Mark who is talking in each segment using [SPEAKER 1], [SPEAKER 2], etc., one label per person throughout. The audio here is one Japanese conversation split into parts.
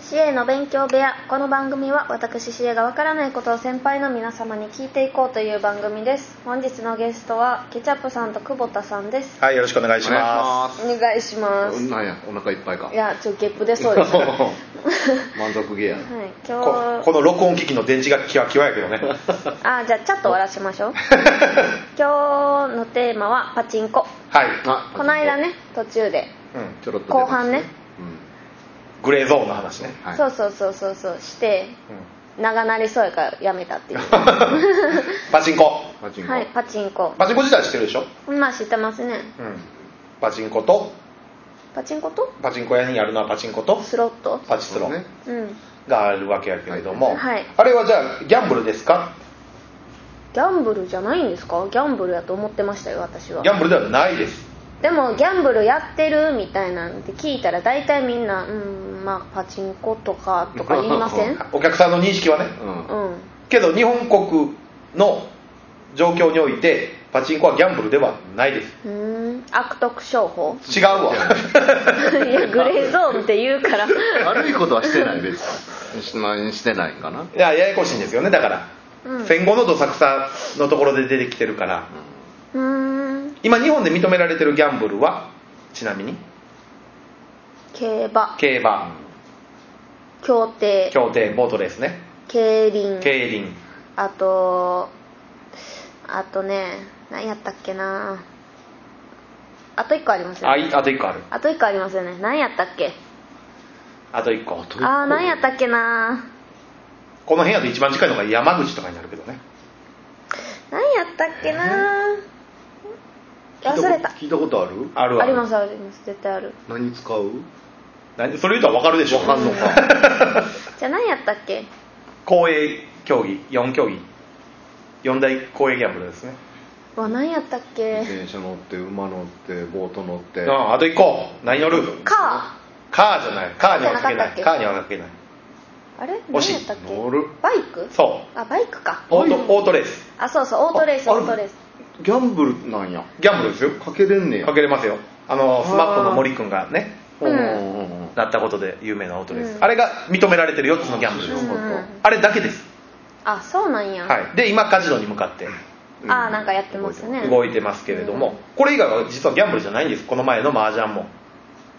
[SPEAKER 1] 市営の勉強部屋この番組は私市営がわからないことを先輩の皆様に聞いていこうという番組です本日のゲストはケチャップさんと久保田さんです
[SPEAKER 2] はい、よろしくお願いしま
[SPEAKER 1] お願いしま
[SPEAKER 3] う
[SPEAKER 1] す
[SPEAKER 3] んなんやお腹いっぱいか
[SPEAKER 1] いやちょっとゲップ出そうです はい
[SPEAKER 3] 満足げや
[SPEAKER 2] す。こ
[SPEAKER 1] 今日
[SPEAKER 2] この録音機器の電池がキワキワやけどね。
[SPEAKER 1] あじゃあちょっと終わらしまし ょう今日のテーマはパチンコ
[SPEAKER 2] はい。
[SPEAKER 3] あ
[SPEAKER 1] この間ね途中で、
[SPEAKER 2] うん。
[SPEAKER 3] ちょろっと出ま
[SPEAKER 1] 後
[SPEAKER 3] した
[SPEAKER 1] 半ね
[SPEAKER 3] うん
[SPEAKER 2] グレーゾーンの話ね。
[SPEAKER 3] はい
[SPEAKER 1] そうそうそうそうそうして
[SPEAKER 2] うん
[SPEAKER 1] 長なりそうやからやめたっていう
[SPEAKER 2] パチンコ。
[SPEAKER 3] パチンコ
[SPEAKER 1] はいパチンコ
[SPEAKER 2] パチンコ自体知ってるでしょ
[SPEAKER 1] まあ知ってますね
[SPEAKER 2] うん。パチンコと、
[SPEAKER 1] パチンコと
[SPEAKER 2] パチンコ屋にあるのはパチンコと、
[SPEAKER 1] スロット
[SPEAKER 2] パチスロ
[SPEAKER 3] そうですね
[SPEAKER 1] うんギ
[SPEAKER 2] があるわけやけれども、
[SPEAKER 1] はい
[SPEAKER 2] あれはじゃあギャンブルですか
[SPEAKER 1] ャンブルじゃないんですかギャンブルやと思ってましたよ私は
[SPEAKER 2] ギャンブルではないです。
[SPEAKER 1] でもギャンブルやってるみたいなんて聞いたら大体みんなうんまあパチンコとかとか言いません う
[SPEAKER 2] お客さんの認識はね。
[SPEAKER 3] うん
[SPEAKER 1] ん
[SPEAKER 2] けど日本国の状況において、パチンコはギャンブルではないです。
[SPEAKER 1] うーん悪徳商法
[SPEAKER 2] 違うわ。
[SPEAKER 1] いやグレーゾーンって言う から
[SPEAKER 3] 悪いことはしてない別にしまあしてないんかな、うん
[SPEAKER 2] いやややこしいんですよねだから、
[SPEAKER 1] うん
[SPEAKER 2] 戦後のどさくさのところで出てきてるから
[SPEAKER 1] うーん
[SPEAKER 2] 今日本で認められてるギャンブルはちなみに
[SPEAKER 1] 競馬
[SPEAKER 2] 競馬
[SPEAKER 1] 競艇
[SPEAKER 2] 競艇ボートレースね
[SPEAKER 1] 競輪
[SPEAKER 2] 競輪
[SPEAKER 1] あとあとね何やったっけなあと1個ありますよ
[SPEAKER 2] あ
[SPEAKER 1] ね
[SPEAKER 2] いあと1個ある
[SPEAKER 1] あと1個ありますよね何やったっけ
[SPEAKER 2] あと1個
[SPEAKER 3] と一個
[SPEAKER 1] あー何やったっけな
[SPEAKER 2] この辺やと一番近いのが山口とかになるけどね
[SPEAKER 1] 何やったっけな忘れた
[SPEAKER 3] 聞いたことある
[SPEAKER 2] ある
[SPEAKER 1] あ
[SPEAKER 2] あ
[SPEAKER 1] り
[SPEAKER 2] る
[SPEAKER 1] ますあります絶対 ある
[SPEAKER 3] 何使う
[SPEAKER 2] 何それ言うと分かるでしょ
[SPEAKER 3] わかんのか
[SPEAKER 1] じゃあ何やったっけ
[SPEAKER 2] 公営競技4競技4大公営ギャンブルですね
[SPEAKER 1] うわ何やったっ
[SPEAKER 3] 自
[SPEAKER 1] け
[SPEAKER 3] 転車乗って馬乗ってボート乗って
[SPEAKER 2] うんあと1個何乗る
[SPEAKER 1] カ
[SPEAKER 2] カーじゃないカーにはか
[SPEAKER 1] じ
[SPEAKER 2] けない
[SPEAKER 1] ゃなかったっけ
[SPEAKER 2] カーにはかけない
[SPEAKER 1] ーあれ
[SPEAKER 2] 惜
[SPEAKER 1] 何
[SPEAKER 2] しい
[SPEAKER 1] やったっけ
[SPEAKER 3] 乗る
[SPEAKER 1] バイク
[SPEAKER 2] そ
[SPEAKER 1] あバイクか
[SPEAKER 2] うオートオートレース
[SPEAKER 1] あそうそうオートレース
[SPEAKER 3] あ
[SPEAKER 1] オートレース
[SPEAKER 3] ギャンブルなんや
[SPEAKER 2] ギャンブルですよ
[SPEAKER 3] かけれんねや
[SPEAKER 2] かけれますよあの
[SPEAKER 3] あー
[SPEAKER 2] スマップの森君がね
[SPEAKER 3] うんうんうんうん
[SPEAKER 2] なったことで有名なオートレース、
[SPEAKER 1] うん
[SPEAKER 2] あれが認められてる4つのギャンブルです、
[SPEAKER 1] うんうん
[SPEAKER 2] あれだけです、
[SPEAKER 1] あそうなんや、
[SPEAKER 2] はい、で今カジノに向かって
[SPEAKER 3] うん
[SPEAKER 1] あーなんかやってますね
[SPEAKER 2] 動いてますけれども、これ以外は実はギャンブルじゃないんですこの前の麻雀も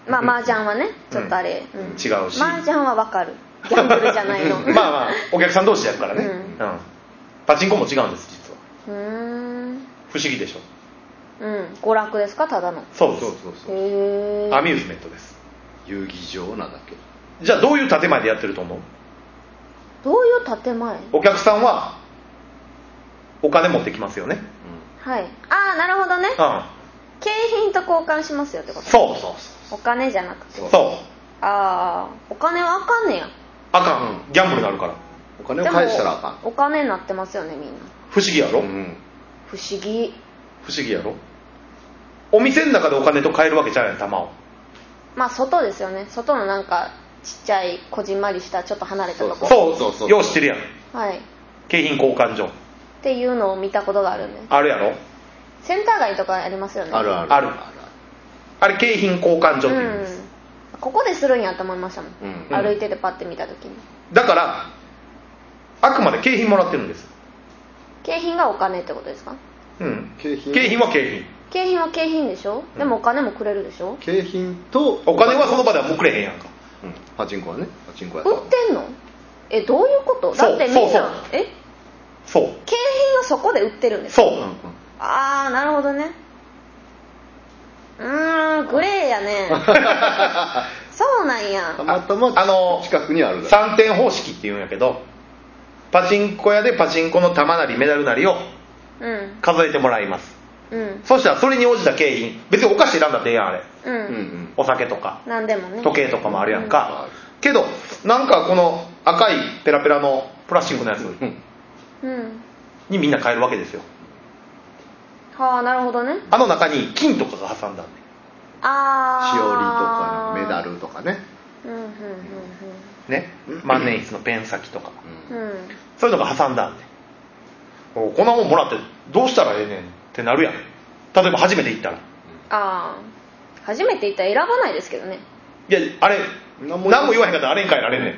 [SPEAKER 1] まあ麻雀はねちょっとあれ、うん
[SPEAKER 2] 違うし
[SPEAKER 1] 麻雀はわかるギャンブルじゃないの
[SPEAKER 2] まあまあお客さん同士でやるからね、
[SPEAKER 1] う
[SPEAKER 2] うんんパチンコも違うんです実は
[SPEAKER 1] うーん
[SPEAKER 2] 不思議でしょ
[SPEAKER 1] うん娯楽ですかただの
[SPEAKER 2] そう
[SPEAKER 3] そう
[SPEAKER 2] です
[SPEAKER 3] そうそう
[SPEAKER 1] へえ
[SPEAKER 2] アミューズメントです
[SPEAKER 3] 遊技場なだけ
[SPEAKER 2] じゃあどういう建前でやってると思う
[SPEAKER 1] どういう建前
[SPEAKER 2] お客さんはお金持ってきますよね
[SPEAKER 1] はいああなるほどね
[SPEAKER 2] うん
[SPEAKER 1] 景品と交換しますよってこと
[SPEAKER 2] そうそう
[SPEAKER 1] お金じゃなくて
[SPEAKER 2] そうそう
[SPEAKER 1] ああお金はあかんねや
[SPEAKER 2] あかん、ギャンブルになるから
[SPEAKER 3] お金を返したらあかん
[SPEAKER 1] お金になってますよねみんな
[SPEAKER 2] 不思議やろ、
[SPEAKER 3] うん
[SPEAKER 1] 不思議
[SPEAKER 2] 不思議やろお店の中でお金と買えるわけじゃない玉を
[SPEAKER 1] まあ外ですよね外のなんかちっちゃいこじんまりしたちょっと離れたとこ
[SPEAKER 3] あ
[SPEAKER 2] そう
[SPEAKER 3] そうそう
[SPEAKER 2] よう知ってるやん
[SPEAKER 1] はいっ
[SPEAKER 2] 景品交換所
[SPEAKER 1] ていうのを見たことがあるんで
[SPEAKER 2] あるやろ
[SPEAKER 1] センター街とかありますよね
[SPEAKER 3] あるある
[SPEAKER 2] あるあれ景品交換所っていうんです、
[SPEAKER 1] うん、ここでするんやと思いましたもん、
[SPEAKER 3] うん
[SPEAKER 1] 歩いててパッて見た時に
[SPEAKER 2] だからあくまで景品もらってるんです
[SPEAKER 1] 景品がお金ってことですか
[SPEAKER 2] うん
[SPEAKER 3] 景品
[SPEAKER 2] 景品は景
[SPEAKER 1] 景品は景品でしょ、でもお金もくれるでしょ
[SPEAKER 3] 景品と
[SPEAKER 2] 品お金はその場ではもうくれへんやんか
[SPEAKER 3] うんパチンコはねパチンコや
[SPEAKER 1] 売ってんのえどういうこと
[SPEAKER 2] そ
[SPEAKER 1] だ
[SPEAKER 2] う
[SPEAKER 1] ってみんな
[SPEAKER 2] そうそう
[SPEAKER 1] え
[SPEAKER 2] そう
[SPEAKER 1] 景品はそこで売ってるんですか
[SPEAKER 2] そう、
[SPEAKER 3] うんうん
[SPEAKER 1] ああなるほどねうーんグレーやねそうなんや
[SPEAKER 3] たまたま
[SPEAKER 2] あの
[SPEAKER 3] 近くにあるだ
[SPEAKER 2] 3点方式っていうんやけどパチンコ屋でパチンコの玉なりメダルなりを
[SPEAKER 1] うん
[SPEAKER 2] 数えてもらいます
[SPEAKER 1] うん
[SPEAKER 2] そしたらそれに応じた景品別にお菓子選んだってええやんあれ
[SPEAKER 1] う
[SPEAKER 3] うんうんん
[SPEAKER 2] お酒とか
[SPEAKER 1] 何でもね
[SPEAKER 2] 時計とかもあるやんか、けどなんかこの赤いペラペラのプラスチックのやつ
[SPEAKER 3] うん
[SPEAKER 1] うん
[SPEAKER 2] にみんな買えるわけですよ
[SPEAKER 1] はあなるほどね
[SPEAKER 2] あの中に金とかが挟んだんで
[SPEAKER 1] ああ
[SPEAKER 3] しおりとかメダルとかね
[SPEAKER 1] うんうん
[SPEAKER 2] ね
[SPEAKER 3] うん
[SPEAKER 2] 万年筆のペン先とか
[SPEAKER 3] う
[SPEAKER 1] うんんうんうん
[SPEAKER 2] そういうのが挟んだんでおこんなもんもらってどうしたらええねんってなるやん例えば初めて行ったらい
[SPEAKER 1] ああ初めて行ったら選ばないですけどね
[SPEAKER 2] やあれ
[SPEAKER 3] 何
[SPEAKER 2] 何も言わへんかったらあれんかいられんねん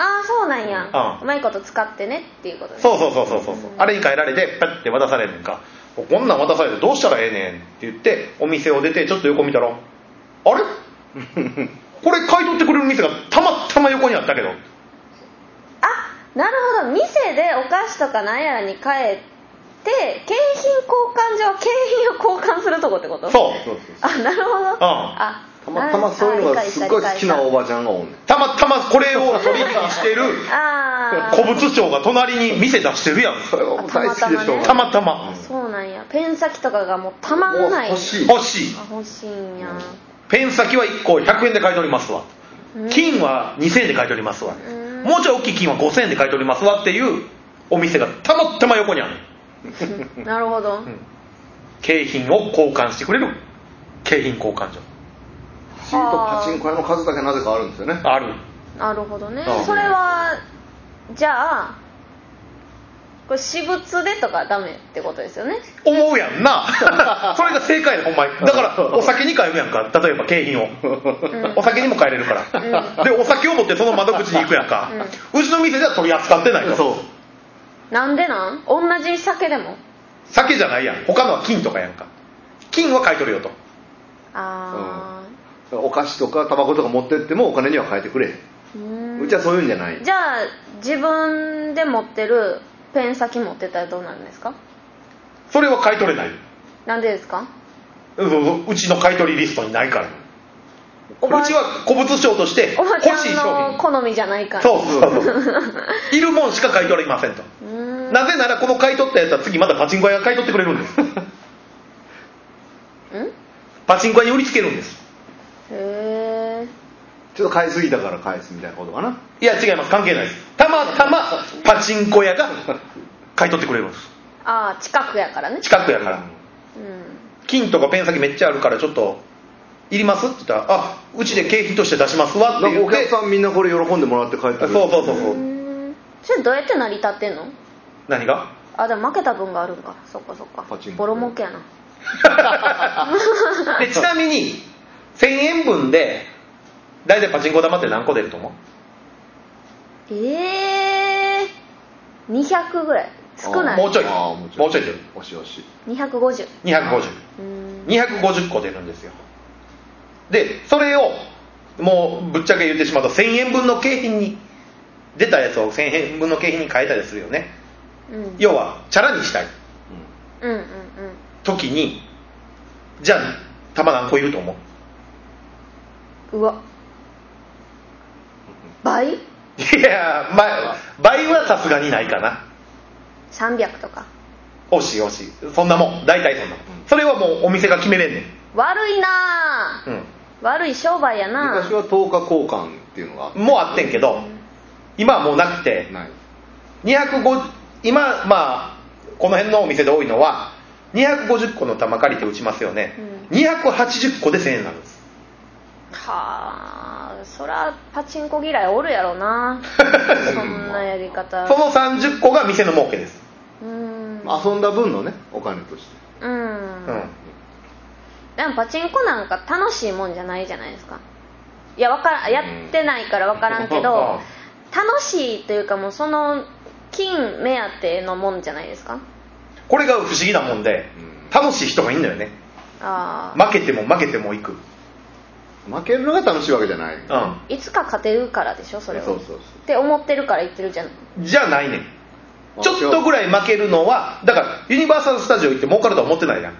[SPEAKER 1] ああそうなんや、
[SPEAKER 2] うん
[SPEAKER 1] うまいこと使ってねっていうことね
[SPEAKER 2] そうそうそうそうそうそう
[SPEAKER 1] うん
[SPEAKER 2] あれに変えられてパッて渡されんねんかこんなん渡されてどうしたらええねんって言ってお店を出てちょっと横見たらあれこれ買い取ってくれる店がたまたま横にあったけど
[SPEAKER 1] あなるほど店でお菓子とかなんやらに変えて景品交換所は景品を交換するとこってことう
[SPEAKER 2] そう
[SPEAKER 3] そうそうそう
[SPEAKER 1] あなるほど、あ
[SPEAKER 3] たまたまそういうのがすっごい好きなおばちゃんがおんねん
[SPEAKER 2] たまたまこれを取引してる
[SPEAKER 1] ああ
[SPEAKER 2] 古物商が隣に店出してるやん
[SPEAKER 3] それはもう大好きでしょう
[SPEAKER 2] たまたま
[SPEAKER 1] そうなんやペン先とかがもうたまんない
[SPEAKER 3] 欲しい
[SPEAKER 2] 欲しい
[SPEAKER 1] あ欲しいんや、
[SPEAKER 2] ペン先は1個100円で買い取りますわ
[SPEAKER 1] うん
[SPEAKER 2] 金は2000円で買い取りますわ
[SPEAKER 1] うん
[SPEAKER 2] もうちょい大きい金は5000円で買い取りますわっていうお店がたまたま横にある
[SPEAKER 1] なるほど、
[SPEAKER 2] ん景品を交換してくれる景品交換所
[SPEAKER 3] シートパチンコ屋の数だけなぜかあるんですよね
[SPEAKER 2] ある
[SPEAKER 1] なるほどね
[SPEAKER 2] うん
[SPEAKER 1] それはじゃあこれ私物でとかダメってことですよね
[SPEAKER 2] 思うや んなそれが正解やでほんまにだからお酒に変えるやんか例えば景品をお酒にも変えれるから、でお酒を持ってその窓口に行くやんか、うちの店では取り扱ってないと
[SPEAKER 3] そう
[SPEAKER 1] なんでなん同じ酒でも
[SPEAKER 2] 酒じゃないやん他のは金とかやんか金は買い取るよと
[SPEAKER 1] あ
[SPEAKER 3] お菓子とかタバコとか持ってってもお金には変えてくれへ
[SPEAKER 1] あうん
[SPEAKER 3] んうちはそういうんじゃない
[SPEAKER 1] じゃあ自分で持ってるペン先持ってたらどうなるんですか
[SPEAKER 2] それは買い取れない
[SPEAKER 1] なんでですか
[SPEAKER 2] うううちの買い取りリストにないからう
[SPEAKER 1] おばあ
[SPEAKER 2] ちは古物商として
[SPEAKER 1] おば
[SPEAKER 2] 欲
[SPEAKER 1] ちゃ
[SPEAKER 2] しい
[SPEAKER 1] ん
[SPEAKER 2] 商
[SPEAKER 1] の
[SPEAKER 2] 品
[SPEAKER 1] 好みじゃないから
[SPEAKER 2] そうそうそういるもんしか買い取れませんと
[SPEAKER 1] うーん
[SPEAKER 2] なぜならこの買い取ったやつは次またパチンコ屋が買い取ってくれる んです
[SPEAKER 1] うんへ
[SPEAKER 2] パチンコ屋に売りつけるんです
[SPEAKER 1] え
[SPEAKER 3] ちょっと買いすぎたから返すみたいなことかない
[SPEAKER 2] や違います関係ないですたまたまパチンコ屋が買い取ってくれるんです
[SPEAKER 1] ああ近くやからね
[SPEAKER 2] 近くやから
[SPEAKER 1] うん
[SPEAKER 2] 金とかペン先めっちゃあるからちょっといりますって言ったら「あうちで景品として出しますわ」って
[SPEAKER 3] なんか
[SPEAKER 2] 言
[SPEAKER 3] お
[SPEAKER 2] っ
[SPEAKER 3] 客
[SPEAKER 2] てそ
[SPEAKER 3] さんみんなこれ喜んでもらって帰ってく
[SPEAKER 2] う
[SPEAKER 3] る
[SPEAKER 2] そうそうそう
[SPEAKER 1] うーんそれどうやって成り立ってんの
[SPEAKER 2] 何が
[SPEAKER 1] あでも負けた分があるんかそっかそっか
[SPEAKER 3] パチンコ
[SPEAKER 1] ボロ儲けやな
[SPEAKER 2] でちなみに1000円分で大体パチンコ玉って何個出ると思う
[SPEAKER 1] ええー、200ぐらい少ない
[SPEAKER 2] もうちょい
[SPEAKER 3] あーもうちょい
[SPEAKER 2] もうちょい出る
[SPEAKER 3] おしおし
[SPEAKER 1] 250
[SPEAKER 2] 250
[SPEAKER 1] うーん
[SPEAKER 2] 250個出るんですよでそれをもうぶっちゃけ言ってしまうと1000円分の景品に出たやつを1000円分の景品に変えたりするよね
[SPEAKER 1] うん
[SPEAKER 2] 要はチャラにしたい
[SPEAKER 1] うんうんうん
[SPEAKER 2] 時にじゃあ玉何個いると思う
[SPEAKER 1] うわ倍
[SPEAKER 2] いやー、まあ、倍はさすがにないかな
[SPEAKER 1] 300とか
[SPEAKER 2] 惜しい惜しいそんなもん大体そんなもんそれはもうお店が決めれんねん
[SPEAKER 1] 悪いなあ、
[SPEAKER 2] う
[SPEAKER 1] 悪い商売やな
[SPEAKER 3] 昔は10日交換っていうのが
[SPEAKER 2] んもうあってんけど今はもうなくて
[SPEAKER 3] ない
[SPEAKER 2] 250今まあこの辺のお店で多いのは250個の玉借りて打ちますよね、280個で1000円なんです
[SPEAKER 1] はあそらパチンコ嫌いおるやろなそんなやり方
[SPEAKER 2] その30個が店の儲けです
[SPEAKER 1] うーん
[SPEAKER 3] 遊んだ分のねお金として
[SPEAKER 1] うん、
[SPEAKER 2] うん
[SPEAKER 1] でもパチンコなんか楽しいもんじゃないじゃないですかいやわからやってないから分からんけど、楽しいというかもうその金目当てのもんじゃないですか
[SPEAKER 2] これが不思議なもんで
[SPEAKER 3] うん
[SPEAKER 2] 楽しい人がいいんだよね
[SPEAKER 1] ああ、
[SPEAKER 2] 負けても負けてもいく
[SPEAKER 3] 負けるのが楽しいわけじゃない
[SPEAKER 2] うん
[SPEAKER 1] いつか勝てるからでしょそれを
[SPEAKER 3] そうそうそう
[SPEAKER 1] って思ってるから言ってるじゃん
[SPEAKER 2] じゃないねん
[SPEAKER 3] あ
[SPEAKER 2] ちょっとぐらい負けるのはだからユニバーサル・スタジオ行って儲かるとは思ってないやん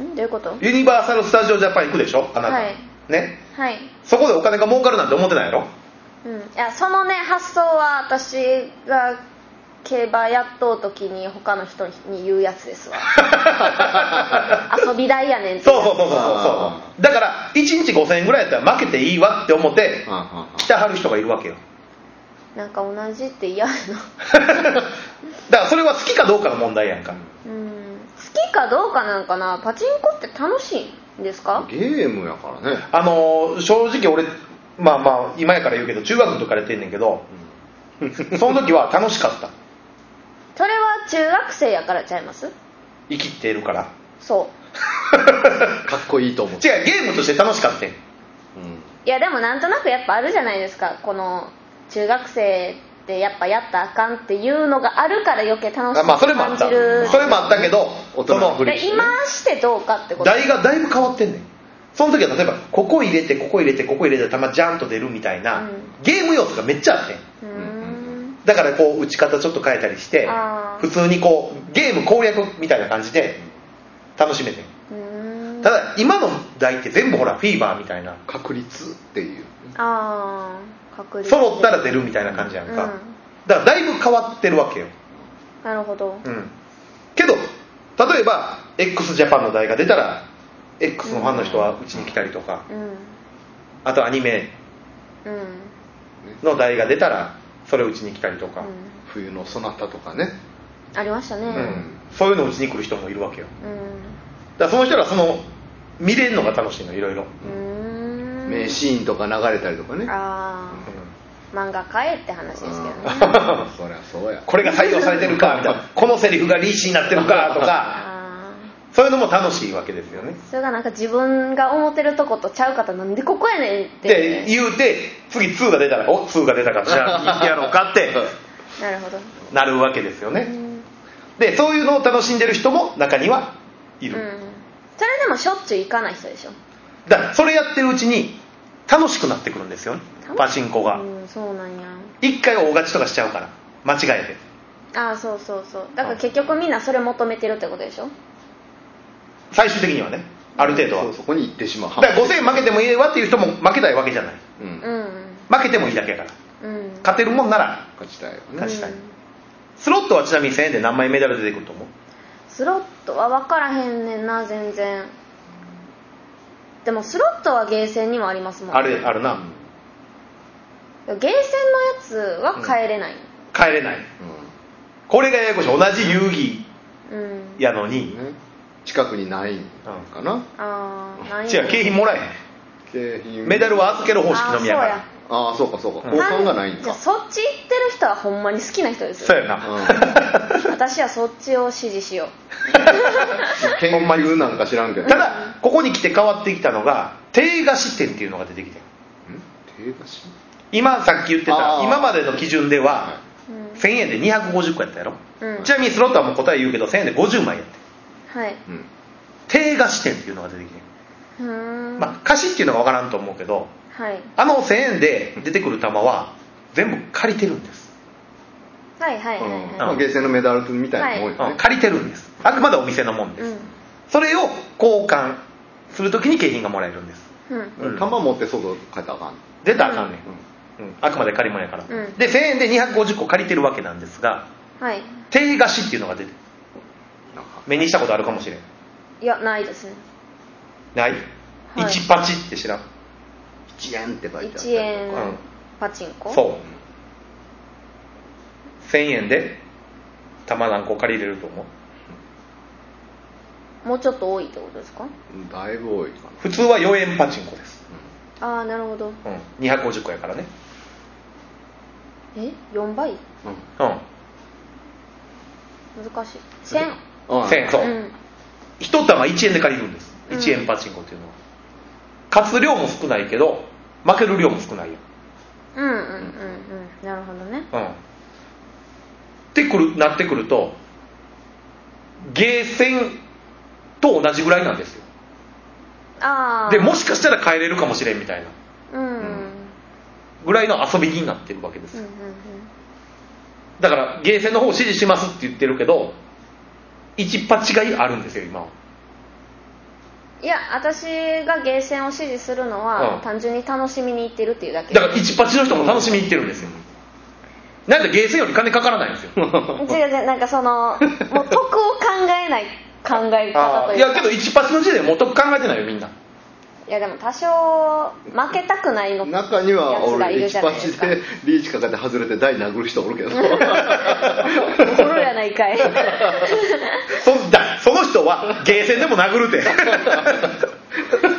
[SPEAKER 1] んどういうこと
[SPEAKER 2] ユニバーサル・スタジオ・ジャパン行くでしょあなた、
[SPEAKER 1] はい
[SPEAKER 2] ね
[SPEAKER 1] はい
[SPEAKER 2] そこでお金が儲かるなんて思ってないやろ
[SPEAKER 1] うん、いやそのね発想は私が競馬やっとう時に他の人に言うやつですわ遊び代やねんって
[SPEAKER 2] そうそうそうそうそ
[SPEAKER 3] あ
[SPEAKER 2] うだから1日5000円ぐらいやったら負けていいわって思って
[SPEAKER 3] うんうんうん
[SPEAKER 2] 来てはる人がいるわけよ
[SPEAKER 1] なんか同じって嫌や
[SPEAKER 2] だからそれは好きかどうかの問題やんか
[SPEAKER 1] なうん好きかどうかなんかなパチンコって楽しいんですか
[SPEAKER 3] ゲームやからね
[SPEAKER 2] あのー正直俺まあまあ今やから言うけど中学の時からやってんねんけどその時は楽しかった
[SPEAKER 1] それは中学生やからちゃいます
[SPEAKER 2] 生きているから
[SPEAKER 1] そ
[SPEAKER 3] かっこいいと思う
[SPEAKER 2] 違うゲームとして楽しかったん
[SPEAKER 3] うん
[SPEAKER 1] ういやでもなんとなくやっぱあるじゃないですかこの中学生ってやっぱやったらあかんっていうのがあるから余計楽し
[SPEAKER 2] あ
[SPEAKER 1] く
[SPEAKER 2] まあそれもあ
[SPEAKER 1] 感
[SPEAKER 2] った
[SPEAKER 1] じる、
[SPEAKER 2] それもあったけど
[SPEAKER 3] 大人の
[SPEAKER 2] そ
[SPEAKER 3] 振
[SPEAKER 2] の
[SPEAKER 3] り
[SPEAKER 1] で今してどうかってこと
[SPEAKER 2] 台がだいぶ変わってんねんその時は例えばここ入れてここ入れてここ入れて玉ジャンと出るみたいな、
[SPEAKER 1] うん
[SPEAKER 2] ゲーム要素がめっちゃあってん
[SPEAKER 1] うーん
[SPEAKER 3] ん
[SPEAKER 2] だからこう打ち方ちょっと変えたりして
[SPEAKER 1] あー
[SPEAKER 2] 普通にこうゲーム攻略みたいな感じで楽しめてん
[SPEAKER 1] うーん
[SPEAKER 2] ただ今の台って全部ほらフィーバーみたいな
[SPEAKER 3] 確率っていう
[SPEAKER 1] ああ確率
[SPEAKER 2] 揃ったら出るみたいな感じやんか、
[SPEAKER 1] うん
[SPEAKER 2] だからだいぶ変わってるわけよ、
[SPEAKER 1] なるほど
[SPEAKER 2] うん、けど例えば x ジャパンの台が出たら X のファンの人はうちに来たりとか、
[SPEAKER 1] うん
[SPEAKER 2] あとアニメ
[SPEAKER 1] うんうん
[SPEAKER 2] の台が出たらそれうちに来たりとか、
[SPEAKER 3] 冬のそなたとかね
[SPEAKER 1] ありましたね
[SPEAKER 2] うんそういうのうちに来る人もいるわけよ
[SPEAKER 1] うん
[SPEAKER 2] だからその人らその見れるのが楽しいのいろいろ、
[SPEAKER 1] うーん
[SPEAKER 3] 名シーンとか流れたりとかね
[SPEAKER 1] あ
[SPEAKER 2] うん
[SPEAKER 1] あ漫画買えって話ですけどね
[SPEAKER 3] あーそりゃそうや
[SPEAKER 2] これが採用されてるかみたいなこのセリフがリーチになってるかと
[SPEAKER 1] あ
[SPEAKER 2] かそういうのも楽しいわけですよね
[SPEAKER 1] ーそれがなんか自分が思ってるとことちゃうかったらなんでここやねんっ
[SPEAKER 2] で
[SPEAKER 1] て
[SPEAKER 2] 言うて次2が出たらお2が出たからじゃあやろうかって
[SPEAKER 1] なるほど
[SPEAKER 2] なるわけですよ
[SPEAKER 1] う
[SPEAKER 2] ね
[SPEAKER 1] ん
[SPEAKER 2] でそういうのを楽しんでる人も中にはい
[SPEAKER 1] うん
[SPEAKER 2] る、
[SPEAKER 1] それでもしょっちゅう行かない人でしょ
[SPEAKER 2] だからそれやってるうちに楽しくなってくるんですよね
[SPEAKER 1] 楽し
[SPEAKER 2] パチンコが
[SPEAKER 1] うんそうなんや
[SPEAKER 2] 1回大勝ちとかしちゃうから間違えて
[SPEAKER 1] ああそうそうそうだから結局みんなそれ求めてるってことでしょ
[SPEAKER 2] 最終的にはねある程度は
[SPEAKER 3] そうそこに行ってしまう
[SPEAKER 2] だから5000円負けてもいいわっていう人も負けたいわけじゃないう
[SPEAKER 1] うんん
[SPEAKER 2] 負けてもいいだけやから
[SPEAKER 1] うん
[SPEAKER 2] 勝てるもんなら
[SPEAKER 3] 勝ちたいよ
[SPEAKER 1] うん
[SPEAKER 3] ね
[SPEAKER 2] 確かにスロットはちなみに1000円で何枚メダル出てくると思う
[SPEAKER 1] スロットは分からへんねんな全然でもスロットはゲーセンにもありますもん
[SPEAKER 2] あるあるな
[SPEAKER 1] ゲーセンのやつは変えれない
[SPEAKER 2] 帰れないこれがややこしい同じ遊戯
[SPEAKER 1] うん、
[SPEAKER 2] やの
[SPEAKER 3] う
[SPEAKER 2] に
[SPEAKER 3] んね近くにないんかな
[SPEAKER 1] ああない
[SPEAKER 2] 違う景品もらえへ
[SPEAKER 3] 景品
[SPEAKER 2] んメダルは預ける方式のみやから
[SPEAKER 3] ああそうかそうか
[SPEAKER 2] うん
[SPEAKER 3] 交換がないん
[SPEAKER 1] じゃ
[SPEAKER 3] か
[SPEAKER 1] あそっち行ってる人はほんまに好きな人です
[SPEAKER 2] そうやな、
[SPEAKER 1] 私はそっちを支持しよ
[SPEAKER 3] 研究なんか知らんけ ど
[SPEAKER 2] ただここに来て変わってきたのが低貸し店っていうのが出てきてる
[SPEAKER 3] 手出し
[SPEAKER 2] 今さっき言ってた
[SPEAKER 3] あー
[SPEAKER 2] 今までの基準では
[SPEAKER 1] う、うん
[SPEAKER 2] 1000円で250個やったやろ、
[SPEAKER 1] うん
[SPEAKER 2] ちなみにスロットはもう答え言うけど1000円で50枚やって
[SPEAKER 1] はい
[SPEAKER 3] うん
[SPEAKER 2] 低貸し店っていうのが出てきてる、
[SPEAKER 1] うーん、
[SPEAKER 2] まあ、貸しっていうのが分からんと思うけど
[SPEAKER 1] はい、
[SPEAKER 2] あの1000円で出てくる玉は全部借りてるんです、
[SPEAKER 1] はいはいはい
[SPEAKER 3] うん
[SPEAKER 1] は
[SPEAKER 3] まあゲーセンのメダルみたいなもんよ
[SPEAKER 2] うん
[SPEAKER 3] ね
[SPEAKER 2] 借りてるんですあくまでお店のもん
[SPEAKER 1] い
[SPEAKER 2] で
[SPEAKER 1] う
[SPEAKER 2] す、
[SPEAKER 1] ん
[SPEAKER 2] それを交換するときに景品がもらえるんです
[SPEAKER 1] うん
[SPEAKER 2] うん
[SPEAKER 3] 玉持って外帰ったらあかん
[SPEAKER 2] 出たらあかんねん、
[SPEAKER 3] う
[SPEAKER 2] う
[SPEAKER 3] ん
[SPEAKER 2] んあくまで借り物やから、
[SPEAKER 1] うん
[SPEAKER 2] で1000円で250個借りてるわけなんですが
[SPEAKER 1] はい
[SPEAKER 2] 低貸しっていうのが出て
[SPEAKER 3] なんか
[SPEAKER 2] 目にしたことあるかもしれん
[SPEAKER 1] いやないですね
[SPEAKER 2] ない、
[SPEAKER 1] い
[SPEAKER 2] 一パチって知らん
[SPEAKER 3] 1円って書いてあった
[SPEAKER 1] 1円
[SPEAKER 2] うん
[SPEAKER 1] パチンコ
[SPEAKER 2] そう1000円で玉何個借りれると思う
[SPEAKER 1] もうちょっと多いってことですか
[SPEAKER 3] うんだいぶ多いかな
[SPEAKER 2] 普通は4円パチンコです、
[SPEAKER 1] ああなるほど
[SPEAKER 2] うん、250個やからね
[SPEAKER 1] え4倍
[SPEAKER 3] うん
[SPEAKER 2] うん
[SPEAKER 1] 難しい1000
[SPEAKER 3] ああ
[SPEAKER 2] 1000円そう、
[SPEAKER 1] うん
[SPEAKER 2] 一玉1円で借りるんです
[SPEAKER 1] うん
[SPEAKER 2] 1円パチンコっていうのは、勝つ量も少ないけど負ける量も少ないよ
[SPEAKER 1] うんうんうんうんなるほどね
[SPEAKER 2] うんってくるなってくるとゲーセンと同じぐらいなんですよ
[SPEAKER 1] ああ
[SPEAKER 2] でもしかしたら帰れるかもしれんみたいな
[SPEAKER 1] うんうんうん
[SPEAKER 2] ぐらいの遊びになってるわけです
[SPEAKER 1] うん
[SPEAKER 2] よだからゲーセンの方を支持しますって言ってるけど1パチがあるんですよ今はい
[SPEAKER 1] や私がゲーセンを支持するのは、
[SPEAKER 2] うん
[SPEAKER 1] 単純に楽しみに行ってるっていうだけ
[SPEAKER 2] だから1パチの人も楽しみに行ってるんですよなんでゲーセンより金かからないんです よ
[SPEAKER 1] 違う違うなんかその もう得を考えない考え方
[SPEAKER 2] あ
[SPEAKER 1] と
[SPEAKER 2] ーい
[SPEAKER 1] いうか
[SPEAKER 2] やけど1パチの時点でもう得考えてないよみんない
[SPEAKER 1] やでも多少負けたくないの
[SPEAKER 3] 中には
[SPEAKER 1] やつがい
[SPEAKER 3] 俺
[SPEAKER 1] る
[SPEAKER 3] リ
[SPEAKER 1] じゃ
[SPEAKER 3] チ
[SPEAKER 1] ない
[SPEAKER 3] パ
[SPEAKER 1] で
[SPEAKER 3] チ
[SPEAKER 1] すか
[SPEAKER 3] でリーチかかって外れて台殴る人おる けど
[SPEAKER 1] おるやない かい
[SPEAKER 2] そんだその人はゲーセンでも殴 るて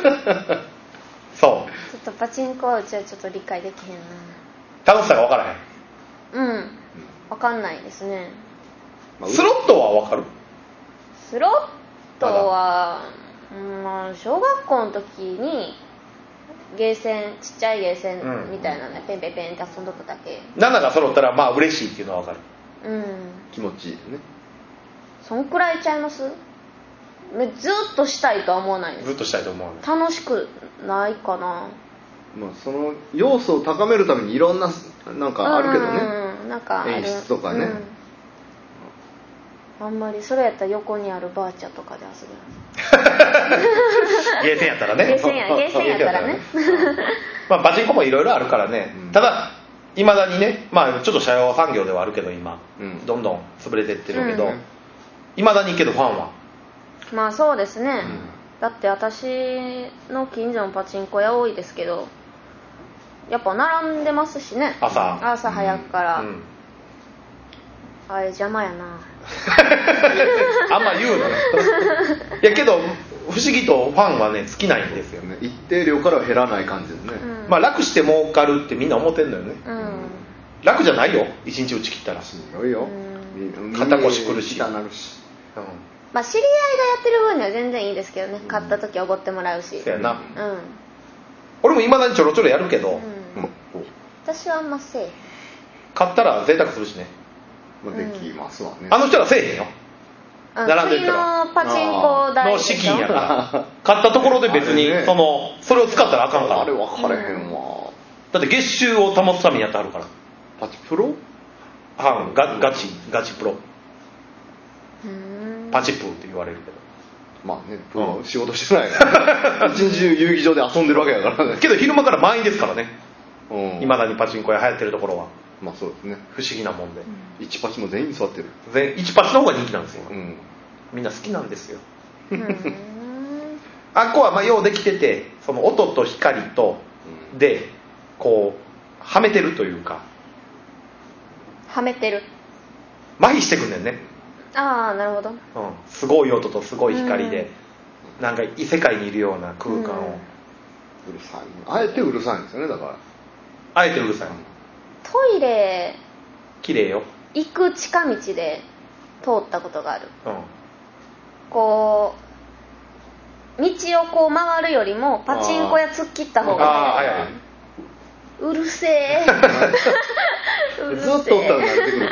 [SPEAKER 2] そう
[SPEAKER 1] ちょっとパチンコはうちはちょっと理解できへんな
[SPEAKER 2] 楽しさが分からへん、
[SPEAKER 1] うんわかんないですね
[SPEAKER 3] まあ
[SPEAKER 2] スロットは分かる
[SPEAKER 1] スロットは、うんまあ、小学校の時にゲーセンちっちゃいゲーセ
[SPEAKER 2] う
[SPEAKER 1] ン
[SPEAKER 2] ん
[SPEAKER 1] みたいなんでペンペンペンって遊んどくだけ
[SPEAKER 2] 7が揃ったらまあ嬉しいっていうのは分かる
[SPEAKER 1] うん
[SPEAKER 3] 気持ちいいね
[SPEAKER 1] そんくらいちゃいますめずっとしたいとは思わないで
[SPEAKER 2] ずっ
[SPEAKER 1] す
[SPEAKER 2] としたいと思う ね
[SPEAKER 1] 楽しくないかな
[SPEAKER 3] まあその要素を高めるためにいろんななんかあるけど
[SPEAKER 1] うん
[SPEAKER 3] ね
[SPEAKER 1] うんうんなんかある
[SPEAKER 3] 演出とかね
[SPEAKER 1] うんあんまりそれやったら横にあるバーチャとかで遊びま
[SPEAKER 2] ゲーセンやったらね
[SPEAKER 1] ゲーセンやゲーセンやったらね
[SPEAKER 2] ゲーセンやったらねまあパチンコもいろいろあるからね、
[SPEAKER 3] うん
[SPEAKER 2] ただいまだにねまあちょっと社用産業ではあるけど今、
[SPEAKER 3] うん
[SPEAKER 2] どんどん潰れてってるけど
[SPEAKER 1] うん
[SPEAKER 2] いま、未だにけどファンは
[SPEAKER 1] すまあそうですね、だって私の近所のパチンコ屋多いですけどやっぱ並んでますしね
[SPEAKER 2] 朝
[SPEAKER 1] 朝早くから、
[SPEAKER 2] うん
[SPEAKER 1] あれ邪魔やな
[SPEAKER 2] あんま言うないやけど不思議とファンはね尽きないんですよね、
[SPEAKER 3] ね一定量からは減らない感じですね、
[SPEAKER 1] うん
[SPEAKER 2] まあ楽して儲かるってみんな思ってんのよね
[SPEAKER 1] うん
[SPEAKER 2] 楽じゃないよ一日打ち切ったら、
[SPEAKER 3] しんどいよ
[SPEAKER 1] うん
[SPEAKER 2] 肩腰くるし
[SPEAKER 3] 痛なるし
[SPEAKER 2] う
[SPEAKER 1] まあ知り合いがやってる分には全然いいですけどね買った時おごってもらうし
[SPEAKER 2] ん、そやな、
[SPEAKER 1] うん、うん
[SPEAKER 2] 俺もいまだにちょろちょろやるけど、
[SPEAKER 3] うん
[SPEAKER 1] 私はあんませえへん
[SPEAKER 2] 買ったら贅沢するしね
[SPEAKER 3] まあできますわね
[SPEAKER 2] あの人らせえへんよ
[SPEAKER 1] あ
[SPEAKER 2] 並んでるから
[SPEAKER 1] 次のパチンコ台
[SPEAKER 2] の
[SPEAKER 1] で
[SPEAKER 2] 資
[SPEAKER 1] し
[SPEAKER 2] 金
[SPEAKER 1] ょ
[SPEAKER 2] やから買ったところで別
[SPEAKER 3] あれ
[SPEAKER 2] に
[SPEAKER 3] ね
[SPEAKER 2] そのそれを使ったらあかんから
[SPEAKER 3] あれ分かれへんわ
[SPEAKER 2] だって月収を保つためにやってはるから
[SPEAKER 3] パチプロ
[SPEAKER 2] あんガガチガチプロ
[SPEAKER 1] うーん
[SPEAKER 2] パチプーって言われるけど
[SPEAKER 3] まあねプロ仕事して ないから一日中遊技場で遊んでるわけだからね
[SPEAKER 2] けど昼間から満員ですからね
[SPEAKER 3] うん
[SPEAKER 2] いまだにパチンコ屋流行ってるところは
[SPEAKER 3] まあそうですね
[SPEAKER 2] 不思議なもんで
[SPEAKER 3] 一パチも全員座ってる
[SPEAKER 2] 全1パチの方が人気なんですよ
[SPEAKER 3] うん
[SPEAKER 2] みんな好きなんですよ
[SPEAKER 1] うーん
[SPEAKER 2] あっこはまあようできててその音と光と
[SPEAKER 3] うん
[SPEAKER 2] でこうはめてるというか
[SPEAKER 1] はめてる
[SPEAKER 2] 麻痺してくんねんね、
[SPEAKER 1] ああなるほど
[SPEAKER 2] うん、すごい音とすごい光で、なんか異世界にいるような空
[SPEAKER 1] う
[SPEAKER 2] 間を、
[SPEAKER 1] ん
[SPEAKER 3] うるさいあえてうるさいんですよねだから
[SPEAKER 2] あえてうるさい
[SPEAKER 1] トイレ
[SPEAKER 2] 綺麗よ、
[SPEAKER 1] 行く近道で通ったことがある
[SPEAKER 2] う
[SPEAKER 1] こう道をこう回るよりもパチンコ屋突っ切った方
[SPEAKER 2] ん、ああ
[SPEAKER 1] が
[SPEAKER 2] は
[SPEAKER 1] 早
[SPEAKER 2] い
[SPEAKER 1] い
[SPEAKER 2] はいう
[SPEAKER 1] るせ えうる
[SPEAKER 3] ず
[SPEAKER 1] せ
[SPEAKER 3] っと打った
[SPEAKER 1] え
[SPEAKER 3] ら慣れてくる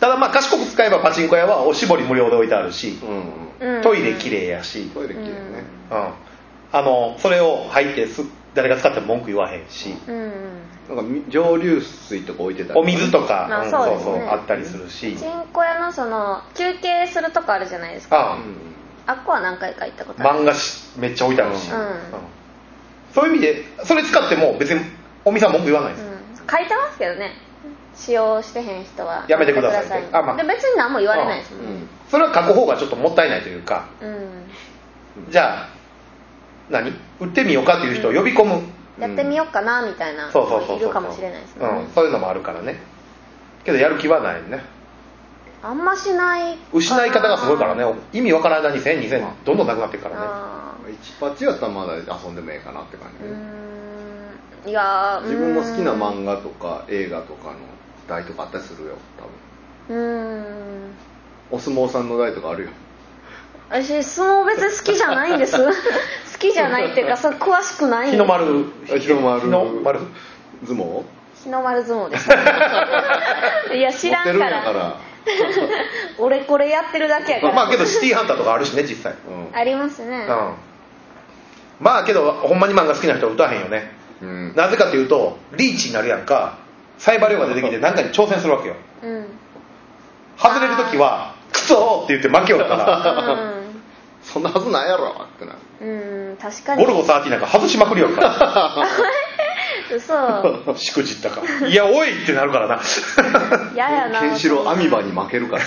[SPEAKER 2] ただまあ賢く使えばパチンコ屋はおしぼり無料で置いてあるし
[SPEAKER 3] け、どね
[SPEAKER 1] うんうん
[SPEAKER 2] トイレ綺麗やし、
[SPEAKER 3] トイレ綺麗ね
[SPEAKER 2] うん、あのそれを入ってす誰が使っても文句言わへんし、
[SPEAKER 1] うんうん
[SPEAKER 3] なんかみ蒸留水とか置いてたり
[SPEAKER 2] お水とか、
[SPEAKER 1] まあ
[SPEAKER 2] ん
[SPEAKER 1] そうですね
[SPEAKER 2] あったりするし、
[SPEAKER 1] パチンコ屋のその休憩するとこあるじゃないですか
[SPEAKER 2] あ
[SPEAKER 3] うん
[SPEAKER 1] あっこは何回か行ったことある
[SPEAKER 2] 漫画しめっちゃ置いてあるし、
[SPEAKER 1] うん
[SPEAKER 2] そういう意味でそれ使っても別にお店は文句言わないです、
[SPEAKER 1] うん書いてますけどね使用してへん人は
[SPEAKER 2] やめてくださいって
[SPEAKER 1] やめてくだ
[SPEAKER 2] あまあ
[SPEAKER 1] で別に何も言われないですもん
[SPEAKER 3] う
[SPEAKER 1] ね
[SPEAKER 3] ん
[SPEAKER 2] それは書く方がちょっともったいないというか
[SPEAKER 1] うん
[SPEAKER 2] じゃあ何売ってみようかという人を呼び込む、
[SPEAKER 1] やってみようかなみたいな
[SPEAKER 2] そうそうそうそう
[SPEAKER 1] いるかもしれないですもんね
[SPEAKER 2] うん、そういうのもあるからねけどやる気はないね
[SPEAKER 1] あんましない
[SPEAKER 2] 失い方がすごいから
[SPEAKER 1] あ
[SPEAKER 2] ね意味わからない間に10002000どんどんなくなっていくからね
[SPEAKER 1] あ
[SPEAKER 3] 一パチやったらまだ遊んでもええかなって感
[SPEAKER 1] ー
[SPEAKER 3] じ
[SPEAKER 1] う
[SPEAKER 3] ね、
[SPEAKER 1] ーんいやー
[SPEAKER 3] 自分も好きな漫画とか映画とかの台とかあったりするよ多分
[SPEAKER 1] うーん
[SPEAKER 3] お相撲さんの台とかあるよ
[SPEAKER 1] 私相撲別に好きじゃないんです 好きじゃないっていうかそう詳しくない
[SPEAKER 2] 日の丸
[SPEAKER 3] 日の丸
[SPEAKER 2] 日の丸
[SPEAKER 3] 相撲
[SPEAKER 1] 日の丸相撲 です、ね、いや知らん
[SPEAKER 3] 持ってるん
[SPEAKER 1] か
[SPEAKER 3] や
[SPEAKER 1] ら
[SPEAKER 3] から、
[SPEAKER 1] 俺これやってるだけやから、
[SPEAKER 2] まあけどシティーハンターとかあるしね実際
[SPEAKER 3] うん
[SPEAKER 1] ありますね、
[SPEAKER 2] うんまあけどほんまに漫画好きな人は打たへんよね
[SPEAKER 3] うん
[SPEAKER 2] なぜかというとリーチになるやんかサイバー量が出てきて何かに挑戦するわけよ
[SPEAKER 1] うん、うん
[SPEAKER 2] 外れる時は「クソ!」って言って負けよるか
[SPEAKER 3] そんなはずないやろってなる
[SPEAKER 1] うん、確から
[SPEAKER 2] 「
[SPEAKER 1] に
[SPEAKER 2] ゴルゴ13」なんか外しまくりよるか
[SPEAKER 1] 嘘
[SPEAKER 2] らしくじったかいやおいってなるから な
[SPEAKER 1] 嫌やな
[SPEAKER 3] ケンシロウアミバに負けるから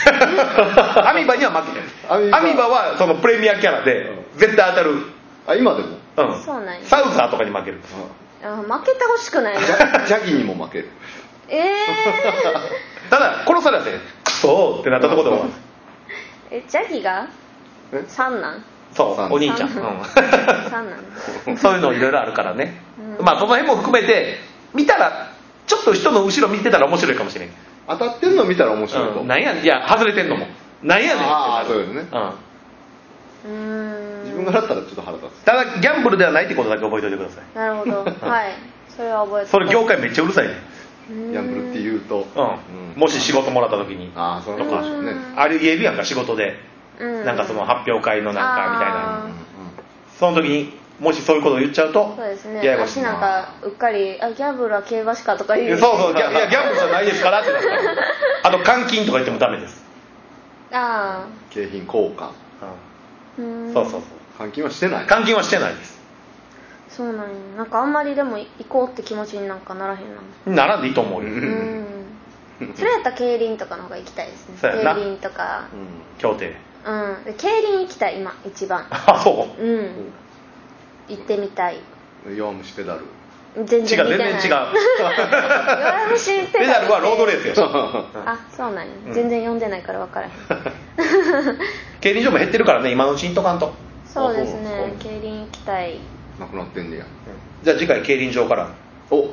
[SPEAKER 2] アミバには負け
[SPEAKER 3] ア
[SPEAKER 2] へ
[SPEAKER 3] ミ
[SPEAKER 2] ん
[SPEAKER 3] バ
[SPEAKER 2] アミバはそのプレミアキャラで絶対当たる
[SPEAKER 3] あ今でも
[SPEAKER 2] うん
[SPEAKER 1] そうなんや
[SPEAKER 2] サウザーとかに負ける
[SPEAKER 1] あ負けてほしくないな
[SPEAKER 3] ジャジャギにも負ける
[SPEAKER 1] え ー
[SPEAKER 2] ただ殺されて「クソ!」ってなったところで終わる
[SPEAKER 1] えジャギが
[SPEAKER 3] え
[SPEAKER 1] 三男
[SPEAKER 2] そうお兄ちゃん、
[SPEAKER 1] 三
[SPEAKER 2] うん
[SPEAKER 1] 三男
[SPEAKER 2] そういうのいろいろあるからね、
[SPEAKER 1] うん
[SPEAKER 2] まあその辺も含めて見たらちょっと人の後ろ見てたら面白いかもしれん、
[SPEAKER 3] 当たってんの見たら面白いと
[SPEAKER 2] う
[SPEAKER 3] 思
[SPEAKER 2] ん、
[SPEAKER 3] う
[SPEAKER 2] なんやいや外れてんのもなんやねんってな
[SPEAKER 3] ああ
[SPEAKER 2] る
[SPEAKER 3] そうですね
[SPEAKER 2] うん
[SPEAKER 1] うーん
[SPEAKER 3] 自分君がだったらちょっと腹立つ
[SPEAKER 2] ただギャンブルではないってことだけ覚えておいてください
[SPEAKER 1] なるほどはいそれは覚えて
[SPEAKER 2] それ業界めっちゃうるさいね
[SPEAKER 1] ギ
[SPEAKER 3] ギャンブルって言うと
[SPEAKER 2] うんもし仕事もらった時に
[SPEAKER 3] ああそのとこでしょうね
[SPEAKER 1] うん
[SPEAKER 2] あり言えるやんか仕事で
[SPEAKER 1] うん
[SPEAKER 2] なんかその発表会のなんかみたいな
[SPEAKER 1] あー
[SPEAKER 2] その時にもしそういうことを言っちゃうと
[SPEAKER 1] そうですね
[SPEAKER 2] ややこし
[SPEAKER 1] 私
[SPEAKER 2] い
[SPEAKER 1] なんかうっかりあギャンブルは競馬しかとか
[SPEAKER 2] い
[SPEAKER 1] 言
[SPEAKER 2] や
[SPEAKER 1] う
[SPEAKER 2] そうそうギャいやギャンブルじゃないですからってなるあと監禁とか言ってもダメです、
[SPEAKER 1] ああ
[SPEAKER 3] 景品交換
[SPEAKER 1] うーん
[SPEAKER 2] そうそうそう
[SPEAKER 3] 換金はしてない
[SPEAKER 2] 監禁はしてないです
[SPEAKER 1] そうなんやなんかあんまりでも行こうって気持ちになんかならへんな
[SPEAKER 2] ならんでいいと思うよ、
[SPEAKER 3] う
[SPEAKER 1] うんんそれやったら競輪とかの方が行きたいですね
[SPEAKER 2] そうやな
[SPEAKER 1] 競輪とか
[SPEAKER 2] 協定
[SPEAKER 1] うんで競輪行きたい今一番
[SPEAKER 2] あそう
[SPEAKER 1] うん行ってみたい
[SPEAKER 3] うん弱虫ペダ ル
[SPEAKER 1] 全
[SPEAKER 2] 違
[SPEAKER 1] 然
[SPEAKER 2] う
[SPEAKER 1] 見
[SPEAKER 2] 全
[SPEAKER 1] てな
[SPEAKER 2] 然
[SPEAKER 1] い
[SPEAKER 2] 違う
[SPEAKER 1] 弱虫ペ
[SPEAKER 2] ペダルはロードレースよ
[SPEAKER 1] あそうなんや、
[SPEAKER 2] ん
[SPEAKER 1] 全然読んでないから分からへん
[SPEAKER 2] 競輪場も減ってるからね今のうちにとかんと
[SPEAKER 1] そうですね
[SPEAKER 3] あ
[SPEAKER 1] 競輪行きたい
[SPEAKER 3] なくなってんねや
[SPEAKER 2] じゃあ次回競輪場から
[SPEAKER 3] お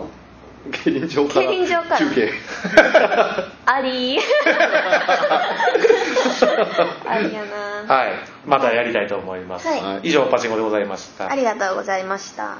[SPEAKER 3] 競輪場から
[SPEAKER 1] 競輪場から
[SPEAKER 3] 中継
[SPEAKER 1] ありありやな
[SPEAKER 2] はいまたやりたいと思います、
[SPEAKER 1] はい
[SPEAKER 3] はい
[SPEAKER 2] 以上パチンコでございました
[SPEAKER 1] ありがとうございました